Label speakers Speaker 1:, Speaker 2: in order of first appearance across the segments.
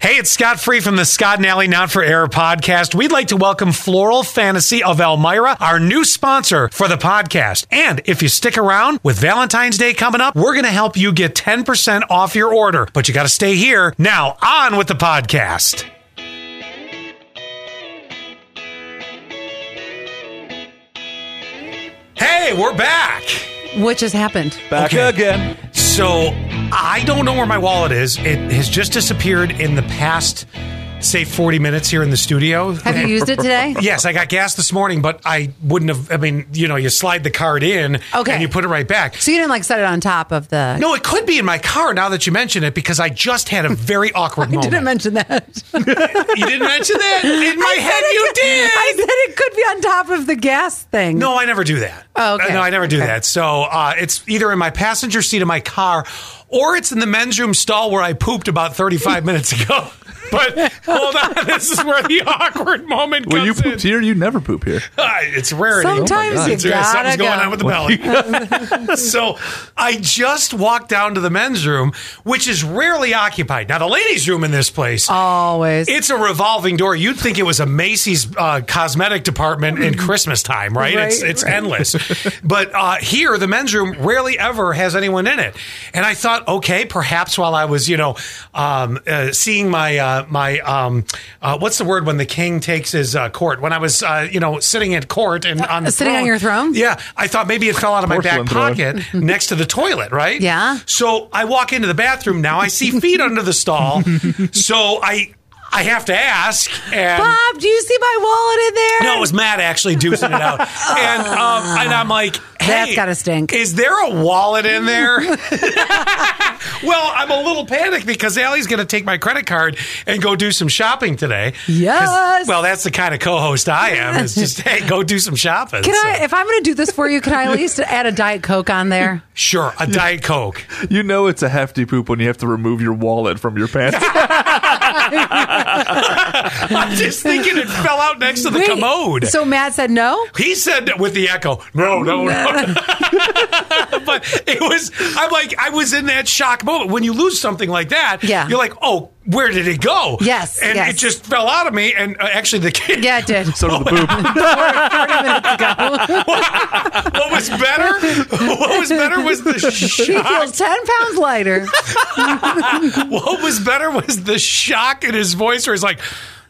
Speaker 1: Hey, it's Scott Free from the Scott and Alley Not for Air podcast. We'd like to welcome Floral Fantasy of Elmira, our new sponsor for the podcast. And if you stick around with Valentine's Day coming up, we're going to help you get 10% off your order. But you got to stay here. Now, on with the podcast. Hey, we're back.
Speaker 2: What just happened?
Speaker 3: Back
Speaker 1: Okay.
Speaker 3: again.
Speaker 1: So I don't know where my wallet is. It has just disappeared in the past, say, 40 minutes here in the studio.
Speaker 2: Have you used it today?
Speaker 1: Yes, I got gas this morning, but I wouldn't have. I mean, you know, you slide the card in
Speaker 2: Okay.
Speaker 1: and you put it right back.
Speaker 2: So you didn't like set it on top of the.
Speaker 1: No, it could be in my car now that you mention it because I just had a very awkward
Speaker 2: I
Speaker 1: moment.
Speaker 2: didn't mention that.
Speaker 1: you didn't mention that? In my
Speaker 2: I said
Speaker 1: head,
Speaker 2: it
Speaker 1: you
Speaker 2: could-
Speaker 1: did.
Speaker 2: I said it could be on top of the gas thing.
Speaker 1: No, I never do that.
Speaker 2: Oh, okay.
Speaker 1: No, I never do
Speaker 2: Okay.
Speaker 1: that. So uh, it's either in my passenger seat of my car or it's in the men's room stall where I pooped about 35 minutes ago. But hold on, this is where the awkward moment comes
Speaker 3: Well, you pooped
Speaker 1: in.
Speaker 3: here. You never poop here.
Speaker 1: Uh, it's rarity.
Speaker 2: Sometimes Oh my you
Speaker 1: It's rare.
Speaker 2: gotta
Speaker 1: something's going
Speaker 2: go.
Speaker 1: on with the belly. so I just walked down to the men's room, which is rarely occupied. Now the ladies' room in this place
Speaker 2: Always.
Speaker 1: it's a revolving door. You'd think it was a Macy's uh, cosmetic department in Christmas time, right?
Speaker 2: Mm-hmm. Right,
Speaker 1: it's it's
Speaker 2: right.
Speaker 1: endless. but uh, here, the men's room rarely ever has anyone in it. And I thought, okay, perhaps while I was, you know, um, uh, seeing my uh, my um, uh, what's the word when the king takes his uh, court? When I was, uh, you know, sitting at court and on the
Speaker 2: Uh, sitting on your throne?
Speaker 1: Yeah, I thought maybe it fell out of my back
Speaker 3: Porcelain throne.
Speaker 1: pocket next to the toilet, right?
Speaker 2: Yeah.
Speaker 1: So I walk into the bathroom now. I see feet under the stall. So I I have to ask. And
Speaker 2: Bob, do you see my wallet in there?
Speaker 1: no, it was Matt actually deucing it out. And um, and I'm like, hey,
Speaker 2: That's gotta stink.
Speaker 1: Is there a wallet in there? well, I'm a little panicked because Allie's going to take my credit card and go do some shopping today. 'Cause-
Speaker 2: Yes.
Speaker 1: Well, that's the kind of co-host I am. It's just hey, go do some shopping.
Speaker 2: Can
Speaker 1: So-
Speaker 2: I, if I'm going to do this for you, can I at least add a Diet Coke on there?
Speaker 1: Sure, a diet coke.
Speaker 3: You know it's a hefty poop when you have to remove your wallet from your pants.
Speaker 1: I'm just thinking it fell out next to the
Speaker 2: Wait,
Speaker 1: commode.
Speaker 2: So Matt said no?
Speaker 1: He said with the echo, no, no, no. but it was, I'm like, I was in that shock moment. When you lose something like that,
Speaker 2: Yeah.
Speaker 1: you're like, oh, where did it go?
Speaker 2: Yes,
Speaker 1: And
Speaker 2: yes.
Speaker 1: it just fell out of me. And uh, actually, the kid,
Speaker 2: Yeah, it did.
Speaker 3: so did the poop.
Speaker 1: what was better? What was better was the
Speaker 2: She
Speaker 1: shock.
Speaker 2: feels 10 pounds lighter.
Speaker 1: What was better was the shock in his voice where he's like,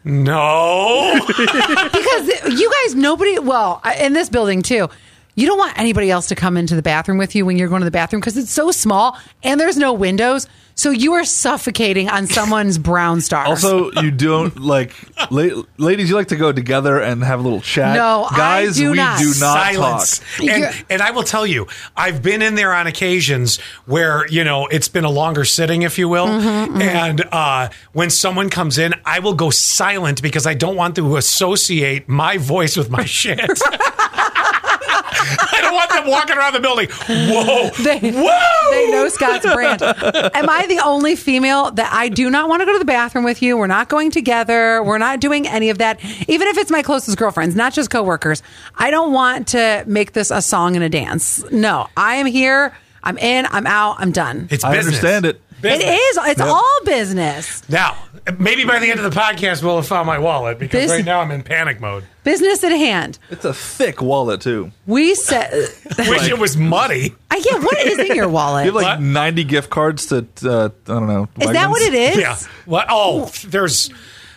Speaker 1: no.
Speaker 2: Because you guys, nobody, well, I- in this building too, you don't want anybody else to come into the bathroom with you when you're going to the bathroom because it's so small and there's no windows. So you are suffocating on someone's brown stars.
Speaker 3: Also, you don't like la- ladies. You like to go together and have a little chat.
Speaker 2: No, I
Speaker 3: guys,
Speaker 2: do
Speaker 3: we
Speaker 2: not.
Speaker 3: do not
Speaker 1: silence.
Speaker 3: talk.
Speaker 2: You're-
Speaker 1: And, and I will tell you, I've been in there on occasions where you know it's been a longer sitting, if you will,
Speaker 2: Mm-hmm,
Speaker 1: and uh, when someone comes in, I will go silent because I don't want to associate my voice with my shit. I don't want them walking around the building. Whoa,
Speaker 2: They-
Speaker 1: whoa!
Speaker 2: They know Scott's brand. Am I the only female that I do not want to go to the bathroom with you? We're not going together. We're not doing any of that. Even if it's my closest girlfriends, not just coworkers. I don't want to make this a song and a dance. No, I am here. I'm in. I'm out. I'm done.
Speaker 1: It's
Speaker 3: I
Speaker 1: business.
Speaker 3: understand it.
Speaker 2: It
Speaker 1: Business.
Speaker 2: is. It's
Speaker 3: Yeah.
Speaker 2: all business.
Speaker 1: Now, maybe by the end of the podcast, we'll have found my wallet because
Speaker 2: Bus-
Speaker 1: right now I'm in panic mode.
Speaker 2: Business at hand.
Speaker 3: It's a thick wallet too.
Speaker 2: We said,
Speaker 1: Wish it was muddy.
Speaker 2: I yeah. What is in your wallet?
Speaker 3: You have like
Speaker 1: What?
Speaker 3: ninety gift cards to uh, I don't know.
Speaker 2: is that what it is?
Speaker 1: Yeah. Well, oh, there's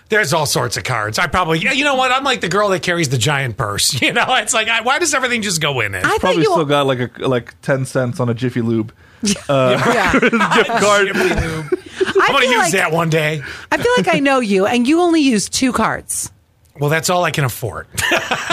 Speaker 1: there's all sorts of cards. I probably yeah, you know what? I'm like the girl that carries the giant purse. You know, it's like I, why does everything just go in it?
Speaker 2: I thought
Speaker 3: Probably
Speaker 2: you.
Speaker 3: still got like a like ten cents on a Jiffy Lube
Speaker 2: yeah.
Speaker 3: gift card.
Speaker 2: I
Speaker 1: I'm gonna
Speaker 2: feel
Speaker 1: use
Speaker 2: like-
Speaker 1: that one day.
Speaker 2: I feel like I know you, and you only use two cards.
Speaker 1: Well, that's all I can afford.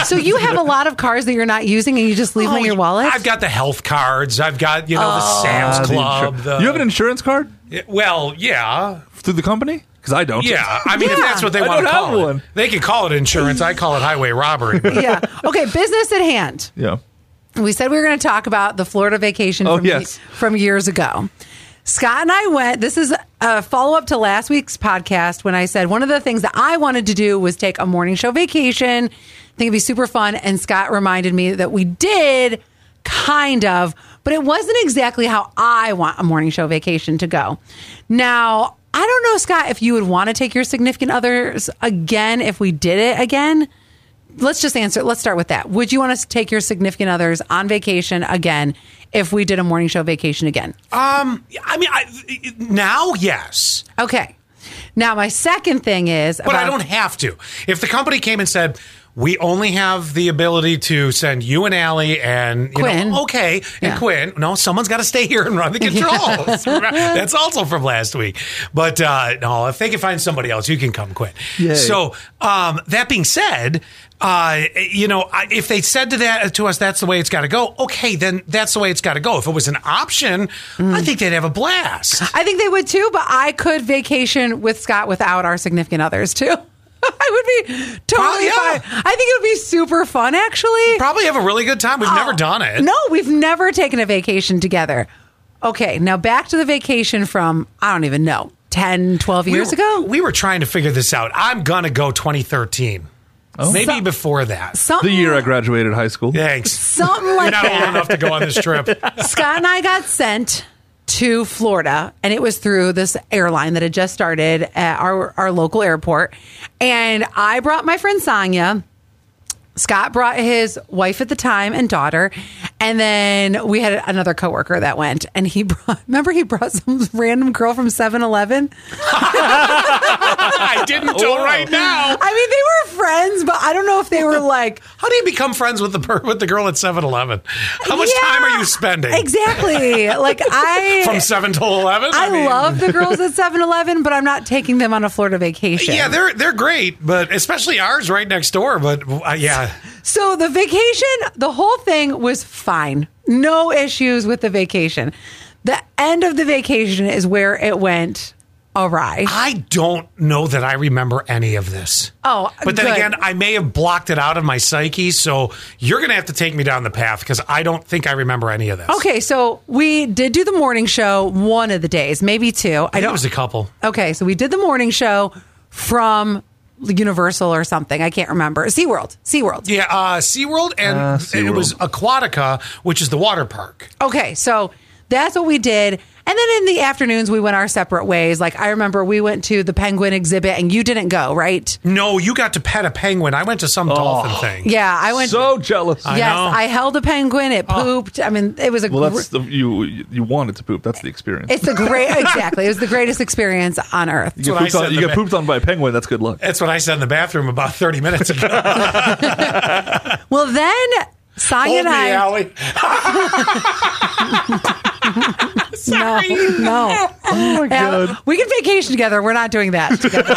Speaker 2: So you have a lot of cards that you're not using, and you just
Speaker 3: Oh,
Speaker 2: leave them in your wallet.
Speaker 1: I've got the health cards. I've got you know the Sam's
Speaker 3: Uh, The insur-
Speaker 1: Club. the-
Speaker 3: you have an insurance card
Speaker 1: well, yeah,
Speaker 3: through the company? Because I don't.
Speaker 1: yeah. I mean, if
Speaker 2: Yeah.
Speaker 1: that's what they
Speaker 3: I
Speaker 1: want to
Speaker 3: don't
Speaker 1: call
Speaker 3: have
Speaker 1: it,
Speaker 3: one.
Speaker 1: they could call it insurance. I call it highway robbery. but-
Speaker 2: yeah. Okay. Business at hand.
Speaker 3: Yeah.
Speaker 2: We said we were going to talk about the Florida vacation
Speaker 3: Oh,
Speaker 2: from,
Speaker 3: yes.
Speaker 2: from years ago. Scott and I went. This is a follow up to last week's podcast when I said one of the things that I wanted to do was take a morning show vacation. I think it'd be super fun. And Scott reminded me that we did kind of, but it wasn't exactly how I want a morning show vacation to go. Now, I don't know, Scott, if you would want to take your significant others again if we did it again. Let's just answer. Let's start with that. Would you want to take your significant others on vacation again if we did a morning show vacation again?
Speaker 1: Um, I mean, I, now yes,
Speaker 2: Okay. Now, my second thing is,
Speaker 1: but I
Speaker 2: about-
Speaker 1: don't have to. If the company came and said. We only have the ability to send you and Allie and you
Speaker 2: Quinn.
Speaker 1: Know, okay, and
Speaker 2: Yeah.
Speaker 1: Quinn. No, someone's got to stay here and run the controls. That's also from last week. But uh, no, if they can find somebody else, you can come, Quinn.
Speaker 3: Yay.
Speaker 1: So um, that being said, uh, you know, I- if they said to that to us, that's the way it's got to go. Okay, then that's the way it's got to go. If it was an option,
Speaker 2: Mm.
Speaker 1: I think they'd have a blast.
Speaker 2: I think they would too, but I could vacation with Scott without our significant others too. I would be totally
Speaker 1: Probably, yeah.
Speaker 2: fine. I think it would be super fun actually.
Speaker 1: Probably have a really good time. We've never
Speaker 2: Oh,
Speaker 1: done it.
Speaker 2: No, we've never taken a vacation together. Okay, now back to the vacation from, I don't even know, 10, 12
Speaker 1: we,
Speaker 2: years ago?
Speaker 1: we were trying to figure this out. I'm gonna go 2013, maybe
Speaker 2: So-
Speaker 1: before that.
Speaker 2: Something,
Speaker 3: The year I graduated high school.
Speaker 1: Thanks.
Speaker 2: Something
Speaker 1: You're
Speaker 2: like
Speaker 1: not old
Speaker 2: that.
Speaker 1: enough to go on this trip.
Speaker 2: Scott and I got sent to Florida, and it was through this airline that had just started at our, our local airport. And I brought my friend Sonia. Scott brought his wife at the time and daughter. And then we had another coworker that went, and he brought, remember, he brought some random girl from 7 Eleven?
Speaker 1: I didn't till
Speaker 3: Wow.
Speaker 1: right now.
Speaker 2: I mean, they were friends, but I don't know if they were like,
Speaker 1: How do you become friends with the per- with the girl at 7-Eleven? How much
Speaker 2: Yeah,
Speaker 1: time are you spending?
Speaker 2: Exactly. Like, I.
Speaker 1: From seven till eleven.
Speaker 2: I,
Speaker 1: mean-
Speaker 2: love the girls at 7 Eleven, but I'm not taking them on a Florida vacation.
Speaker 1: Yeah, they're they're great, but especially ours right next door. But uh, yeah,
Speaker 2: So the vacation, the whole thing was fine. No issues with the vacation. The end of the vacation is where it went awry.
Speaker 1: I don't know that I remember any of this.
Speaker 2: Oh,
Speaker 1: but then
Speaker 2: good.
Speaker 1: again, I may have blocked it out of my psyche. So you're gonna have to take me down the path because I don't think I remember any of this.
Speaker 2: Okay, so we did do the morning show one of the days, maybe two. I
Speaker 1: I know
Speaker 2: don't.
Speaker 1: it was a couple.
Speaker 2: Okay, so we did the morning show from Universal or something. I can't remember. SeaWorld. SeaWorld.
Speaker 1: Yeah, uh, SeaWorld and
Speaker 3: Ah,
Speaker 1: it was
Speaker 3: SeaWorld.
Speaker 1: Aquatica, which is the water park.
Speaker 2: Okay, so that's what we did. And then in the afternoons, we went our separate ways. Like, I remember we went to the penguin exhibit and you didn't go, right?
Speaker 1: No, you got to pet a penguin. I went to some dolphin thing.
Speaker 2: Yeah, I went.
Speaker 3: So jealous.
Speaker 1: I
Speaker 2: Yes,
Speaker 1: know.
Speaker 2: I held a penguin. It pooped. I mean, it was a.
Speaker 3: well, that's
Speaker 2: gr-
Speaker 3: the, you. You wanted to poop. That's the experience.
Speaker 2: it's a great exactly. It was the greatest experience on earth.
Speaker 3: you get,
Speaker 1: what I
Speaker 3: pooped
Speaker 1: said
Speaker 3: on, you
Speaker 1: the
Speaker 3: get
Speaker 1: ba-
Speaker 3: pooped on by a penguin. That's good luck.
Speaker 1: That's what I said in the bathroom about 30 minutes ago.
Speaker 2: Well, then Sonia
Speaker 1: Hold
Speaker 2: and
Speaker 1: me,
Speaker 2: I.
Speaker 1: Allie. Sorry.
Speaker 2: No.
Speaker 3: Oh my
Speaker 2: Yeah, we can vacation together. We're not doing that together.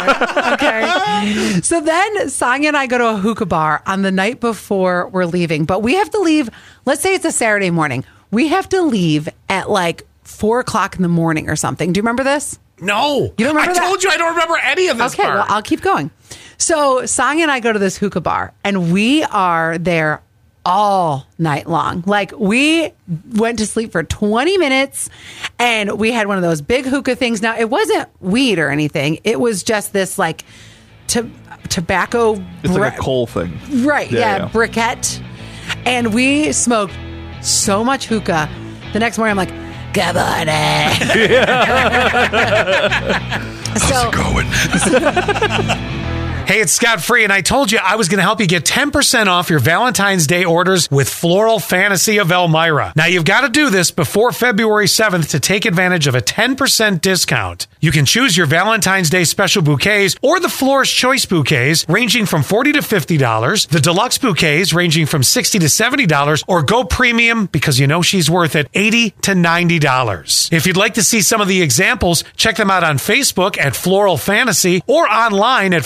Speaker 2: okay. So then Sonia and I go to a hookah bar on the night before we're leaving, but we have to leave. Let's say it's a Saturday morning. We have to leave at like four o'clock in the morning or something. Do you remember this?
Speaker 1: No.
Speaker 2: You don't remember
Speaker 1: I
Speaker 2: that?
Speaker 1: told you I don't remember any of this
Speaker 2: Okay,
Speaker 1: part.
Speaker 2: well, I'll keep going. So, Sang and I go to this hookah bar, and we are there all night long. Like, we went to sleep for 20 minutes, and we had one of those big hookah things. Now, it wasn't weed or anything, it was just this like to- tobacco.
Speaker 3: It's like a
Speaker 2: bre-
Speaker 3: coal thing.
Speaker 2: Right.
Speaker 3: Yeah,
Speaker 2: Yeah,
Speaker 3: yeah.
Speaker 2: briquette. And we smoked so much hookah. The next morning, I'm like, good morning. so,
Speaker 1: Hey, it's Scott Free, and I told you I was going to help you get 10% off your Valentine's Day orders with Floral Fantasy of Elmira. Now, you've got to do this before February 7th to take advantage of a 10% discount. You can choose your Valentine's Day special bouquets or the florist choice bouquets ranging from $40 to $50, the deluxe bouquets ranging from $60 to $70, or go premium because you know she's worth it, $80 to $90. If you'd like to see some of the examples, check them out on Facebook at Floral Fantasy or online at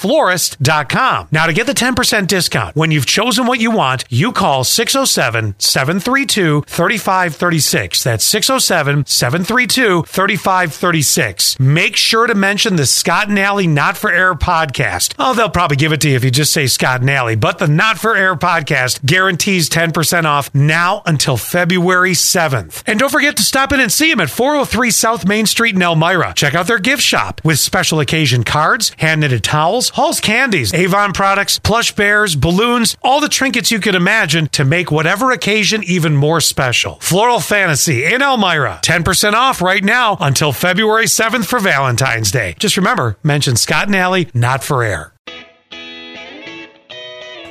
Speaker 1: floralfantasyflorist.com. Now, to get the 10% discount, when you've chosen what you want, you call 607 732 3536. That's 607 732 3536. Make sure to mention the Scott and Alley Not for Air podcast. Oh, they'll probably give it to you if you just say Scott and Alley, but the Not for Air podcast guarantees 10% off now until February 7th. And don't forget to stop in and see them at 403 South Main Street in Elmira. Check out their gift shop with special occasion cards, handed decorative towels, Hall's Candies, Avon products, plush bears, balloons, all the trinkets you could imagine to make whatever occasion even more special. Floral Fantasy in Elmira, 10% off right now until February 7th for Valentine's Day. Just remember, mention Scott and Allie, not for air.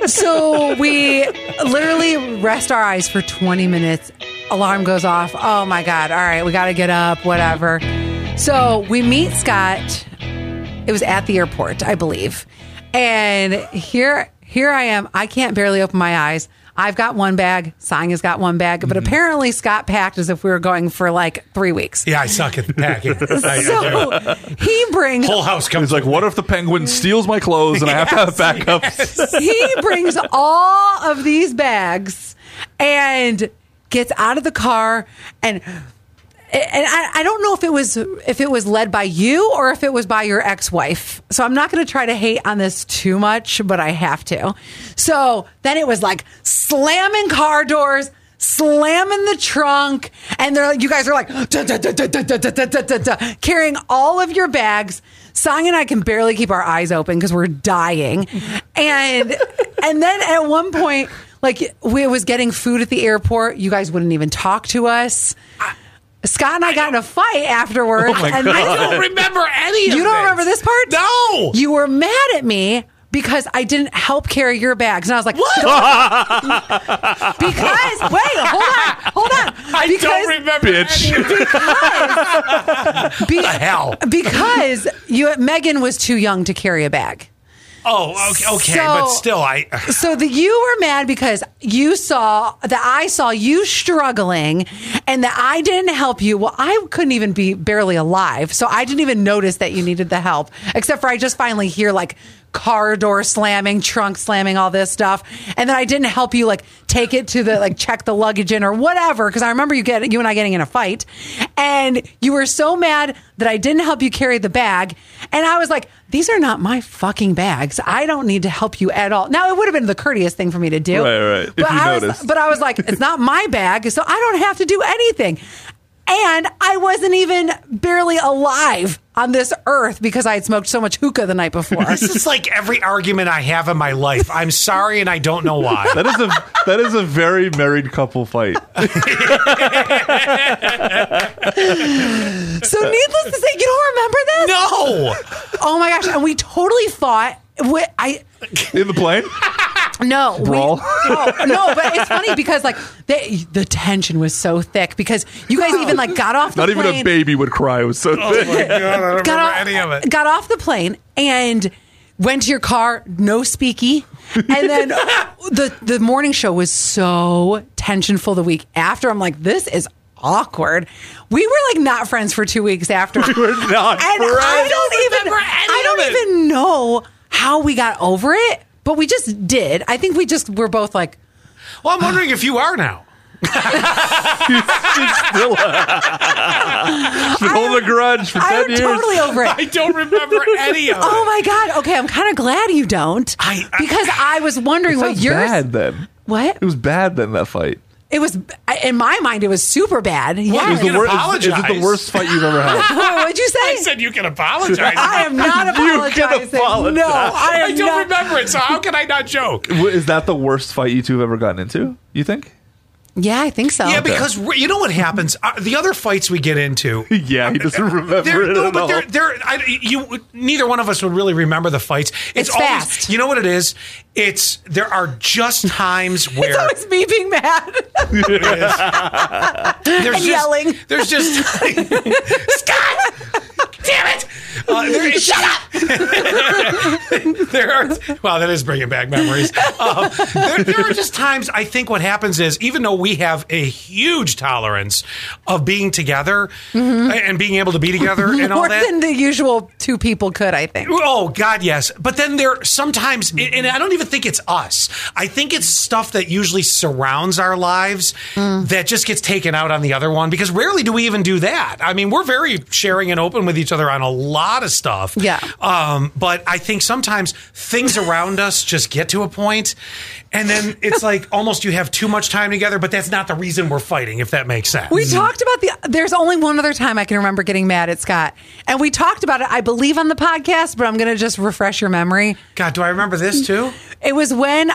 Speaker 2: So we literally rest our eyes for 20 minutes. Alarm goes off. Oh my God. All right, we got to get up, whatever. So we meet Scott. It was at the airport, I believe. And here, here I am. I can't barely open my eyes. I've got one bag. Sang has got one bag, but
Speaker 1: Mm-hmm.
Speaker 2: apparently Scott packed as if we were going for like three weeks.
Speaker 1: Yeah, I suck at packing. I- I do.
Speaker 2: So he brings
Speaker 1: Whole house comes
Speaker 3: It's like, what if the penguin steals my clothes and I have to have backup?
Speaker 2: he brings all of these bags and gets out of the car and and I, I don't know if it was if it was led by you or if it was by your ex-wife. So I'm not going to try to hate on this too much, but I have to. So then it was like slamming car doors, slamming the trunk, and they're like, you guys are like "Duh, duh, duh, duh, duh, duh, duh, duh, duh, duh, duh," carrying all of your bags. Song and I can barely keep our eyes open because we're dying, and and then at one point. Like we was getting food at the airport, you guys wouldn't even talk to us. Scott and I got in a fight afterwards.
Speaker 3: Oh my
Speaker 2: and
Speaker 3: God.
Speaker 2: then-
Speaker 1: I don't remember any of
Speaker 2: you don't remember this part?
Speaker 1: No.
Speaker 2: You were mad at me because I didn't help carry your bags. And I was like, what? because, wait, hold on, hold on.
Speaker 1: I
Speaker 2: because,
Speaker 1: don't remember
Speaker 3: Bitch.
Speaker 1: any of this.
Speaker 2: be-
Speaker 1: the hell?
Speaker 2: Because you, Megan was too young to carry a bag.
Speaker 1: Oh, okay, okay
Speaker 2: So-
Speaker 1: but still, I.
Speaker 2: So the you were mad because you saw that I saw you struggling and that I didn't help you. Well, I couldn't even be barely alive. So I didn't even notice that you needed the help. Except for I just finally hear like car door slamming, trunk slamming, all this stuff. And then I didn't help you like take it to the like check the luggage in or whatever because I remember you get you and I getting in a fight. And you were so mad that I didn't help you carry the bag. And I was like, these are not my fucking bags. I don't need to help you at all. Now it would have been the courteous thing for me to do.
Speaker 3: Right, right. If
Speaker 2: But
Speaker 3: you
Speaker 2: I was,
Speaker 3: noticed.
Speaker 2: but I was like, it's not my bag, so I don't have to do anything. And I wasn't even barely alive on this earth because I had smoked so much hookah the night before.
Speaker 1: This is like every argument I have in my life. I'm sorry, and I don't know why.
Speaker 3: That is a that is a very married couple fight.
Speaker 2: so needless to say, you don't remember this?
Speaker 1: No,
Speaker 2: Oh my gosh! And we totally fought. We, I
Speaker 3: In the plane?
Speaker 2: No, we,
Speaker 3: Brawl?
Speaker 2: no, no, but it's funny because like they, the tension was so thick because you guys even like got off the
Speaker 3: Not even
Speaker 2: plane,
Speaker 3: a baby would cry. It was so thick.
Speaker 1: I don't remember
Speaker 2: got off,
Speaker 1: any of it.
Speaker 2: got off the plane and went to your car, no speaky, and then the the morning show was so tensionful the week after. I'm like, this is awkward. We were like not friends for two weeks after. We
Speaker 3: were
Speaker 2: and
Speaker 3: not
Speaker 2: I
Speaker 3: friends.
Speaker 2: don't even
Speaker 1: remember any
Speaker 2: I don't
Speaker 1: of it.
Speaker 2: even know how we got over it, but we just did. I think we just were both like.
Speaker 1: Well, I'm wondering if you are now.
Speaker 3: She's still She's holding a grudge for
Speaker 2: I'm
Speaker 3: ten years.
Speaker 2: totally over it.
Speaker 1: I don't remember any of it.
Speaker 2: Oh my god. Okay, I'm kind of glad you don't.
Speaker 1: I- I-
Speaker 2: because I was wondering
Speaker 3: It
Speaker 2: what
Speaker 3: was
Speaker 2: yours.
Speaker 3: bad then.
Speaker 2: What
Speaker 3: It was bad then that fight.
Speaker 2: it was in my mind, it was super bad.
Speaker 1: It
Speaker 2: Yeah.
Speaker 1: was You the can
Speaker 3: wor- is- Is, it
Speaker 1: apologize.
Speaker 3: the worst fight you've ever had?
Speaker 2: What'd you
Speaker 1: I
Speaker 2: say?
Speaker 1: said you can apologize.
Speaker 2: I am not
Speaker 3: You can
Speaker 2: apologizing.
Speaker 3: apologize.
Speaker 2: No, I am
Speaker 1: I don't
Speaker 2: not.
Speaker 1: remember it, so how can I not joke?
Speaker 3: W- is that the worst fight you two have ever gotten into? You think?
Speaker 2: Yeah, I think so.
Speaker 1: Yeah, because we- you know what happens. Uh, the other fights we get into,
Speaker 3: Yeah, he doesn't remember
Speaker 1: They're,
Speaker 3: it
Speaker 1: no,
Speaker 3: at
Speaker 1: but
Speaker 3: all.
Speaker 1: they're, they're I, you. Neither one of us would really remember the fights. It's,
Speaker 2: It's
Speaker 1: always,
Speaker 2: fast.
Speaker 1: You know what it is? It's there are just times where
Speaker 2: it's always me being mad.
Speaker 1: there's
Speaker 2: and
Speaker 1: just,
Speaker 2: yelling.
Speaker 1: There's just Scott. Damn it! Uh, there is, Shut up. there are wow, that is bringing back memories. Um, there, there are just times I think what happens is even though we have a huge tolerance of being together and being able to be together and all
Speaker 2: Mm-hmm. More
Speaker 1: that,
Speaker 2: than the usual two people could, I think.
Speaker 1: Oh God, yes. But then there sometimes, and
Speaker 2: Mm-hmm.
Speaker 1: I don't even think it's us. I think it's stuff that usually surrounds our lives
Speaker 2: Mm.
Speaker 1: that just gets taken out on the other one because rarely do we even do that. I mean, we're very sharing and open with each other on a lot of stuff.
Speaker 2: Yeah.
Speaker 1: Um, but I think sometimes things around us just get to a point, and then it's like almost you have too much time together. But that's not the reason we're fighting, if that makes sense.
Speaker 2: We talked about the. There's only one other time I can remember getting mad at Scott, and we talked about it. I believe on the podcast, but I'm going to just refresh your memory.
Speaker 1: God, do I remember this too?
Speaker 2: It was when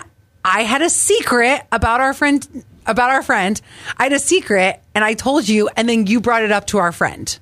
Speaker 2: I had a secret about our friend. About our friend, I had a secret, and I told you, and then you brought it up to our friend.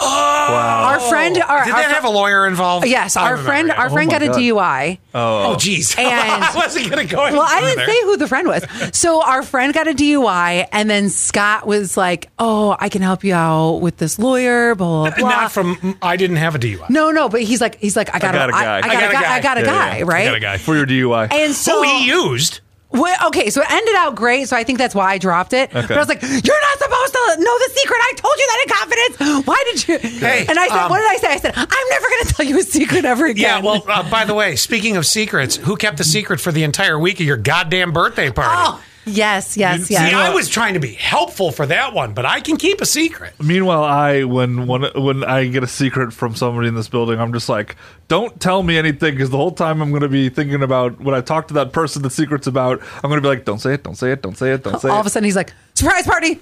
Speaker 3: Wow.
Speaker 2: Our friend, our,
Speaker 1: Oh. Did
Speaker 2: our
Speaker 1: that
Speaker 2: fr-
Speaker 1: have a lawyer involved?
Speaker 2: Yes,
Speaker 1: I
Speaker 2: our
Speaker 1: remember
Speaker 2: friend,
Speaker 1: now.
Speaker 2: our
Speaker 1: Oh
Speaker 2: friend
Speaker 3: my
Speaker 2: got a
Speaker 3: God.
Speaker 2: DUI.
Speaker 1: Oh, jeez.
Speaker 2: And-
Speaker 1: I wasn't going to go.
Speaker 2: Well, I didn't say who the friend was. So our friend got a DUI, and then Scott was like, "Oh, I can help you out with this lawyer." Blah blah. blah.
Speaker 1: Not from. I didn't have a DUI.
Speaker 2: no, no, but he's like, he's like, I got,
Speaker 3: got a
Speaker 2: I-
Speaker 3: guy.
Speaker 2: I, got a guy. I got a
Speaker 3: Yeah,
Speaker 2: guy.
Speaker 3: yeah.
Speaker 2: Right.
Speaker 1: I got a guy.
Speaker 3: For your DUI.
Speaker 2: And so
Speaker 1: Who he used?
Speaker 2: Well, okay, so it ended out great, so I think that's why I dropped it. But I was like, "You're not supposed to know the secret. I told you that in confidence. Why did you?"
Speaker 1: Hey,
Speaker 2: and I said,
Speaker 1: um,
Speaker 2: "What did I say?" I said, "I'm never going to tell you a secret ever
Speaker 1: Yeah,
Speaker 2: again."
Speaker 1: well, uh, by the way, speaking of secrets, who kept the secret for the entire week of your goddamn birthday party?
Speaker 2: oh, yes, yes,
Speaker 1: See,
Speaker 2: yes.
Speaker 1: I was trying to be helpful for that one, but I can keep a secret.
Speaker 3: Meanwhile, I when one when I get a secret from somebody in this building, I'm just like, don't tell me anything because the whole time I'm going to be thinking about when I talk to that person the secret's about. I'm going to be like, don't say it, don't say it, don't say it, don't say
Speaker 2: All
Speaker 3: it.
Speaker 2: of a sudden, he's like, "Surprise party!"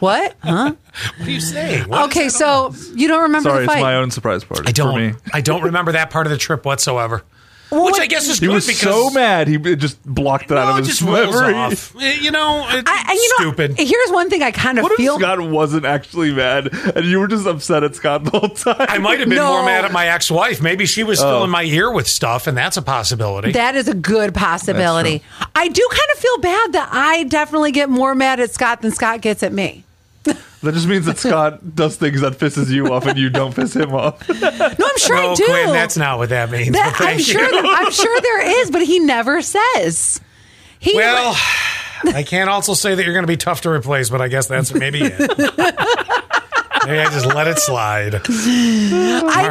Speaker 2: what?
Speaker 1: What
Speaker 2: Huh?
Speaker 1: are you saying? What is
Speaker 2: Okay,
Speaker 1: that
Speaker 2: so you don't remember
Speaker 3: Sorry,
Speaker 2: the
Speaker 3: it's
Speaker 2: fight?
Speaker 3: my own surprise party.
Speaker 1: I don't.
Speaker 3: For me.
Speaker 1: I don't remember that part of the trip whatsoever. Which I guess is
Speaker 3: He
Speaker 1: good
Speaker 3: was
Speaker 1: because
Speaker 3: so mad he it just blocked it
Speaker 1: No,
Speaker 3: out
Speaker 1: it
Speaker 3: of
Speaker 1: just
Speaker 3: his
Speaker 1: rolls
Speaker 3: memory.
Speaker 1: off. Eh, You know, it's
Speaker 2: I, and you
Speaker 1: stupid.
Speaker 2: know, here's one thing I kind of
Speaker 3: What if
Speaker 2: feel.
Speaker 3: Scott wasn't actually mad and you were just upset at Scott the whole time?
Speaker 1: I might have been
Speaker 2: No.
Speaker 1: more mad at my ex-wife. Maybe she was filling my ear with stuff, and that's a possibility.
Speaker 2: That is a good possibility. I do kind of feel bad that I definitely get more mad at Scott than Scott gets at me.
Speaker 3: That just means that Scott does things that pisses you off and you don't piss him off.
Speaker 2: No, I'm sure I
Speaker 1: no,
Speaker 2: do.
Speaker 1: Gwen, that's not what that means.
Speaker 2: That-
Speaker 1: but thank
Speaker 2: I'm sure.
Speaker 1: you.
Speaker 2: there- I'm sure there is, but he never says. He
Speaker 1: Well, I can't also say that you're going to be tough to replace, but I guess that's maybe it. maybe I just let it slide.
Speaker 2: I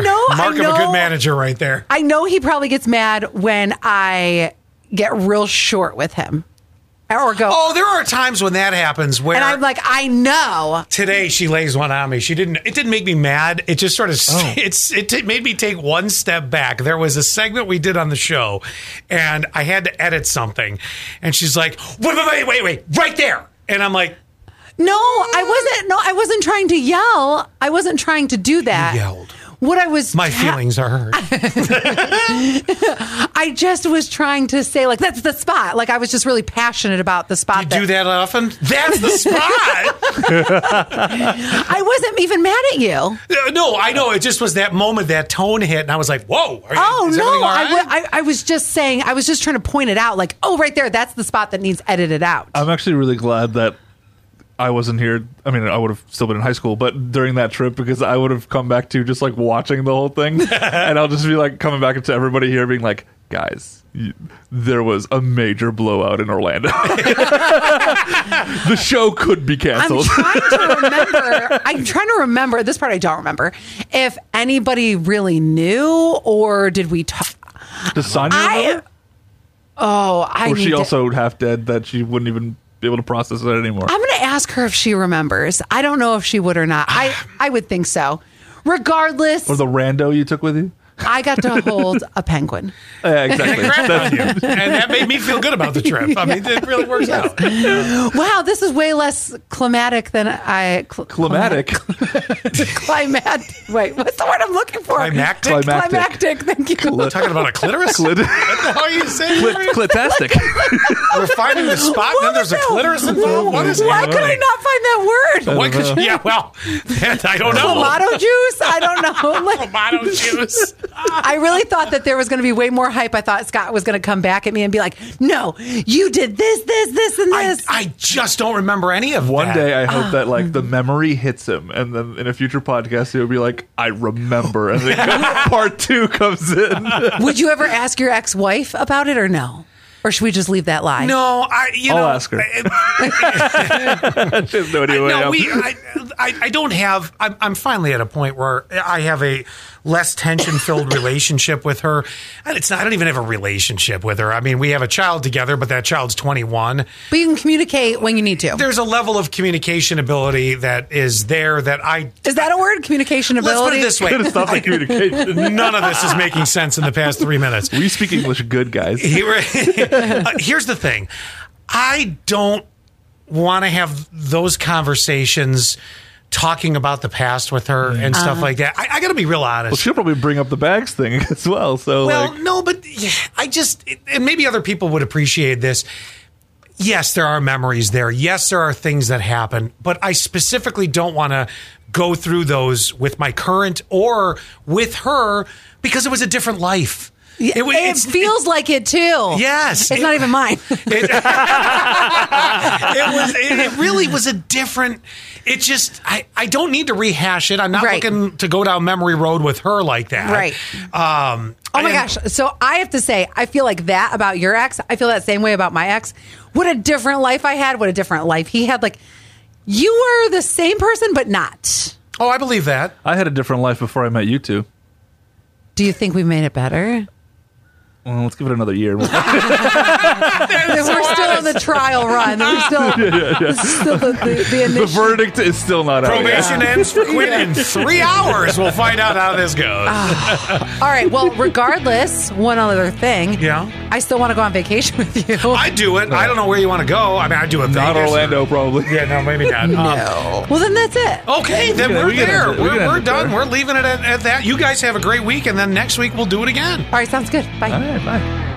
Speaker 2: know. I
Speaker 1: Mark
Speaker 2: know,
Speaker 1: of a good manager, right there.
Speaker 2: I know he probably gets mad when I get real short with him, or go.
Speaker 1: Oh, there are times when that happens where
Speaker 2: and I'm like, I know.
Speaker 1: today she lays one on me. She didn't. It didn't make me mad. It just sort of.
Speaker 2: Oh.
Speaker 1: It's. It t- made me take one step back. There was a segment we did on the show, and I had to edit something, and she's like, "Wait, wait, wait, wait, wait, right there," and I'm like,
Speaker 2: No, I wasn't. No, I wasn't trying to yell. I wasn't trying to do that.
Speaker 1: yelled.
Speaker 2: What I was,
Speaker 1: "My
Speaker 2: ta-
Speaker 1: feelings are hurt."
Speaker 2: I just was trying to say, like, that's the spot. Like, I was just really passionate about the spot.
Speaker 1: You do that often? That's the spot.
Speaker 2: I wasn't even mad at you.
Speaker 1: Uh, No, I know. It just was that moment that tone hit, and I was like, "Whoa!" Are you,
Speaker 2: Oh
Speaker 1: is
Speaker 2: no,
Speaker 1: everything all
Speaker 2: I,
Speaker 1: right?
Speaker 2: w- I, I was just saying. I was just trying to point it out. Like, oh, right there, that's the spot that needs edited out.
Speaker 1: Oh,
Speaker 3: I'm actually really glad that I wasn't here. I mean, I would have still been in high school, but during that trip, because I would have come back to just like watching the whole thing, and I'll just be like coming back to everybody here, being like, guys. You, there was a major blowout in Orlando. the show could be
Speaker 2: I'm
Speaker 3: canceled.
Speaker 2: trying to remember. I'm trying to remember this part. I don't remember if anybody really knew or did we talk.
Speaker 3: Does Sonya
Speaker 2: I.
Speaker 3: remember?
Speaker 2: Oh, I.
Speaker 3: Or she
Speaker 2: need to-
Speaker 3: also half dead that she wouldn't even be able to process it anymore.
Speaker 2: I'm going to ask her if she remembers. I don't know if she would or not. I, I would think so. Regardless,
Speaker 3: or the rando you took with you?
Speaker 2: I got to hold a penguin.
Speaker 3: Yeah, exactly.
Speaker 1: Crap
Speaker 3: That's-
Speaker 1: on you. and that made me feel good about the trip. I mean, it really works out.
Speaker 2: Wow, this is way less climatic than I. Cl-
Speaker 3: climatic.
Speaker 2: Climatic. Wait, what's the word I'm looking for?
Speaker 1: Climactic?
Speaker 3: Climactic.
Speaker 2: Climactic. Thank you.
Speaker 1: We're talking about a clitoris.
Speaker 3: Clit-
Speaker 1: what the hell are you saying? Maria?
Speaker 3: Clitastic.
Speaker 1: We're finding the spot,
Speaker 2: What
Speaker 1: and then there's a
Speaker 2: the-
Speaker 1: clitoris involved. What is
Speaker 2: Why could I
Speaker 1: happening?
Speaker 2: not find that word?
Speaker 1: Why could you- Yeah, well, I don't know.
Speaker 2: Tomato juice? I don't know. Like,
Speaker 1: Tomato juice.
Speaker 2: I really thought that there was going to be way more hype. I thought Scott was going to come back at me and be like, "No, you did this, this, this, and
Speaker 1: I,
Speaker 2: this."
Speaker 1: I just don't remember any of
Speaker 3: One
Speaker 1: that.
Speaker 3: day, I hope that like the memory hits him, and then in a future podcast, he'll be like, "I remember," and then part two comes in.
Speaker 2: Would you ever ask your ex wife about it or no? Or should we just leave that lie?
Speaker 1: No, I. You
Speaker 3: I'll
Speaker 1: know, eh,
Speaker 3: ask her. There's no
Speaker 1: I,
Speaker 3: idea.
Speaker 1: no, we. I, I, I don't have. I'm, I'm finally at a point where I have a less tension filled relationship with her. And it's not, I don't even have a relationship with her. I mean, we have a child together, but that child's 21.
Speaker 2: But you can communicate when you need to.
Speaker 1: There's a level of communication ability that is there that I.
Speaker 2: Is that a word? Communication
Speaker 1: Let's
Speaker 2: ability.
Speaker 1: put it this way.
Speaker 3: It's not the communication.
Speaker 1: None of this is making sense in the past three minutes.
Speaker 3: we speak English good, guys.
Speaker 1: Here- uh, here's the thing I don't want to have those conversations talking about the past with her and stuff like that. I, I got to be real honest.
Speaker 3: She'll probably bring up the bags thing as well. So
Speaker 1: Well,
Speaker 3: like,
Speaker 1: no, but yeah, I just, it- and maybe other people would appreciate this. Yes, there are memories there. Yes, there are things that happen, but I specifically don't want to go through those with my current or with her because it was a different life.
Speaker 2: Yeah,
Speaker 1: wa-
Speaker 2: it
Speaker 1: it's-
Speaker 2: feels like it too.
Speaker 1: Yes.
Speaker 2: It's not even mine.
Speaker 1: It, it was. It, it really was a different. It just. I. I don't need to rehash it. I'm not
Speaker 2: Right.
Speaker 1: looking to go down memory road with her like that.
Speaker 2: Right.
Speaker 1: Um.
Speaker 2: Oh my gosh. So I have to say, I feel like that about your ex. I feel that same way about my ex. What a different life I had. What a different life he had. Like, you were the same person, but not.
Speaker 1: Oh, I believe that.
Speaker 3: I had a different life before I met you two.
Speaker 2: Do you think we made it better?
Speaker 3: Well, let's give it another year.
Speaker 2: we're still on the trial run. We're still, still the, the, the
Speaker 3: the
Speaker 2: initial.
Speaker 3: verdict is still not out. yet.
Speaker 1: Probation ends for Quinn in three hours. We'll find out how this goes.
Speaker 2: Ah. All right. Well, regardless, one other thing.
Speaker 1: Yeah.
Speaker 2: I still want to go on vacation with you.
Speaker 1: I do it. I don't know where you want to go. I mean, I do it.
Speaker 3: Not
Speaker 1: Vegas or-
Speaker 3: Orlando, probably.
Speaker 1: Yeah. No. Maybe not. no.
Speaker 2: well, then that's it.
Speaker 1: Okay, then
Speaker 3: can-
Speaker 1: we're
Speaker 3: we can
Speaker 1: there.
Speaker 3: end it- we can
Speaker 1: we're
Speaker 3: end
Speaker 1: we're
Speaker 3: it
Speaker 1: done.
Speaker 3: there.
Speaker 1: We're leaving it at, at that. You guys have a great week, and then next week we'll do it again.
Speaker 2: All right. Sounds good. Bye.
Speaker 3: All right, bye.